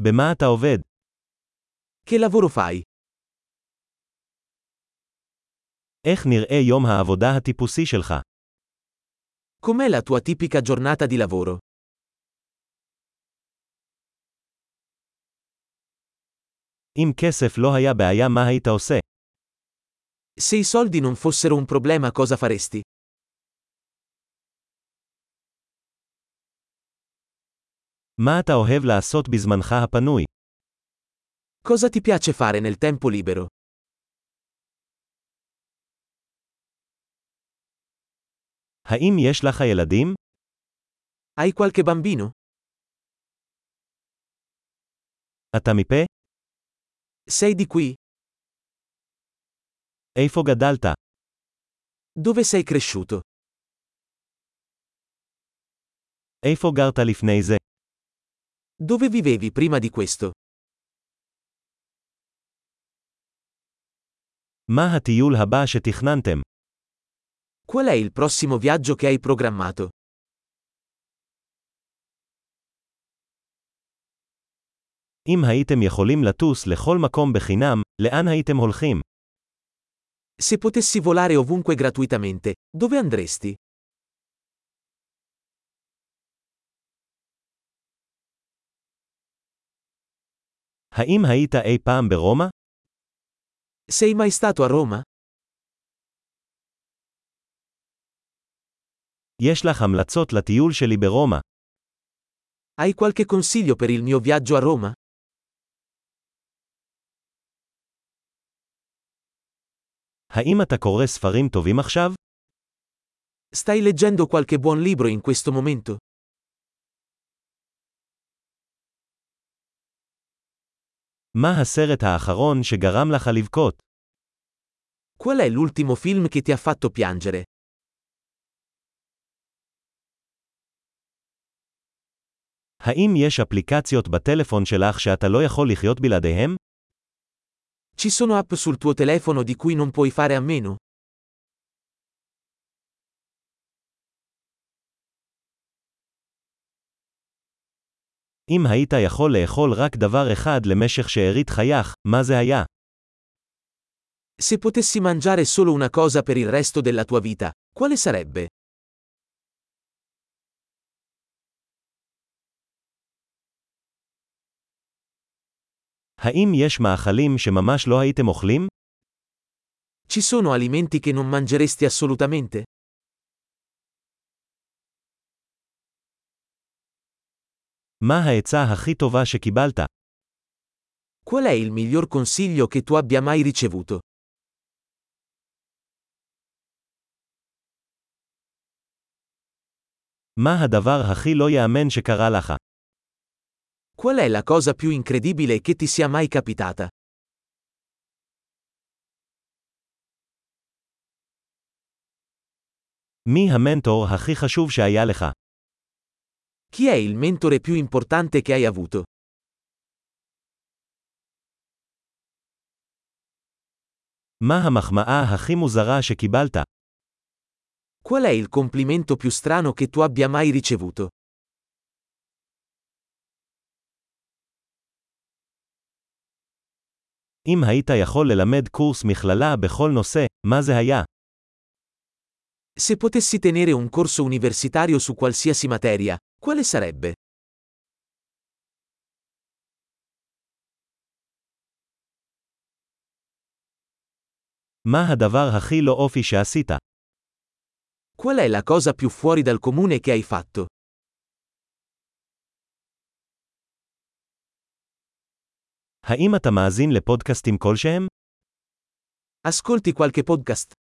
במה אתה עובד? Che lavoro fai? איך נראה יום העבודה הטיפוסי שלך? Com'è la tua tipica giornata di lavoro? אם כסף לא היה בעיה מה היית עושה? Se i soldi non fossero un problema cosa faresti? מה אתה אוהב לעשות בזמנך הפנוי? Cosa ti piace fare nel tempo libero? האם יש לך ילדים? Hai qualche bambino? אתה מפה? Sei di qui? איפה גדלת? Dove sei cresciuto? איפה גרת לפני זה? Dove vivevi prima di questo? מה הטיול הבא שתכננתם? Qual è il prossimo viaggio che hai programmato? אם הייתם יכולים לטוס לכל מקום בחינם, לאן הייתם הולכים? Se potessi volare ovunque gratuitamente, dove andresti? האם היית אי פעם ברומא? Sei mai stato a Roma? יש לך המלצות לטיול שלי ברומא. Hai qualche consiglio per il mio viaggio a Roma? האם אתה קורא ספרים טובים עכשיו? Stai leggendo qualche buon libro in questo momento? מה הסרט האחרון שגרם לך לבכות? Qual è l'ultimo film che ti ha fatto piangere? האם יש אפליקציות בטלפון שלך שאתה לא יכול לחיות בלעדיהם? Ci sono app sul tuo telefono di cui non puoi fare a meno? אם היית יכול לאכול רק דבר אחד למשך שארית חייך, מה זה היה? Se potessi mangiare solo una cosa per il resto della tua vita, quale sarebbe? האם יש מאכלים שממש לא הייתם אוכלים? Ci sono alimenti che non mangeresti assolutamente? מה העצה הכי טובה שקיבלת? Qual è il miglior consiglio che tu abbia mai ricevuto? מה הדבר הכי לא ייאמן שקרה לך? Qual è la cosa più incredibile che ti sia mai capitata? מי המנטור הכי חשוב שהיה לך? Chi è il mentore più importante che hai avuto? מה המחמאה הכי מוזרה שקיבלת? Qual è il complimento più strano che tu abbia mai ricevuto? אם היית יכול ללמד קורס מכללה בכל נושא, מה זה היה? Se potessi tenere un corso universitario su qualsiasi materia, quale sarebbe? מה הדבר הכי לא אופי שעשית? Qual è la cosa più fuori dal comune che hai fatto? האם אתה מאזין לפודקאסטים כלשהם? Ascolti qualche podcast.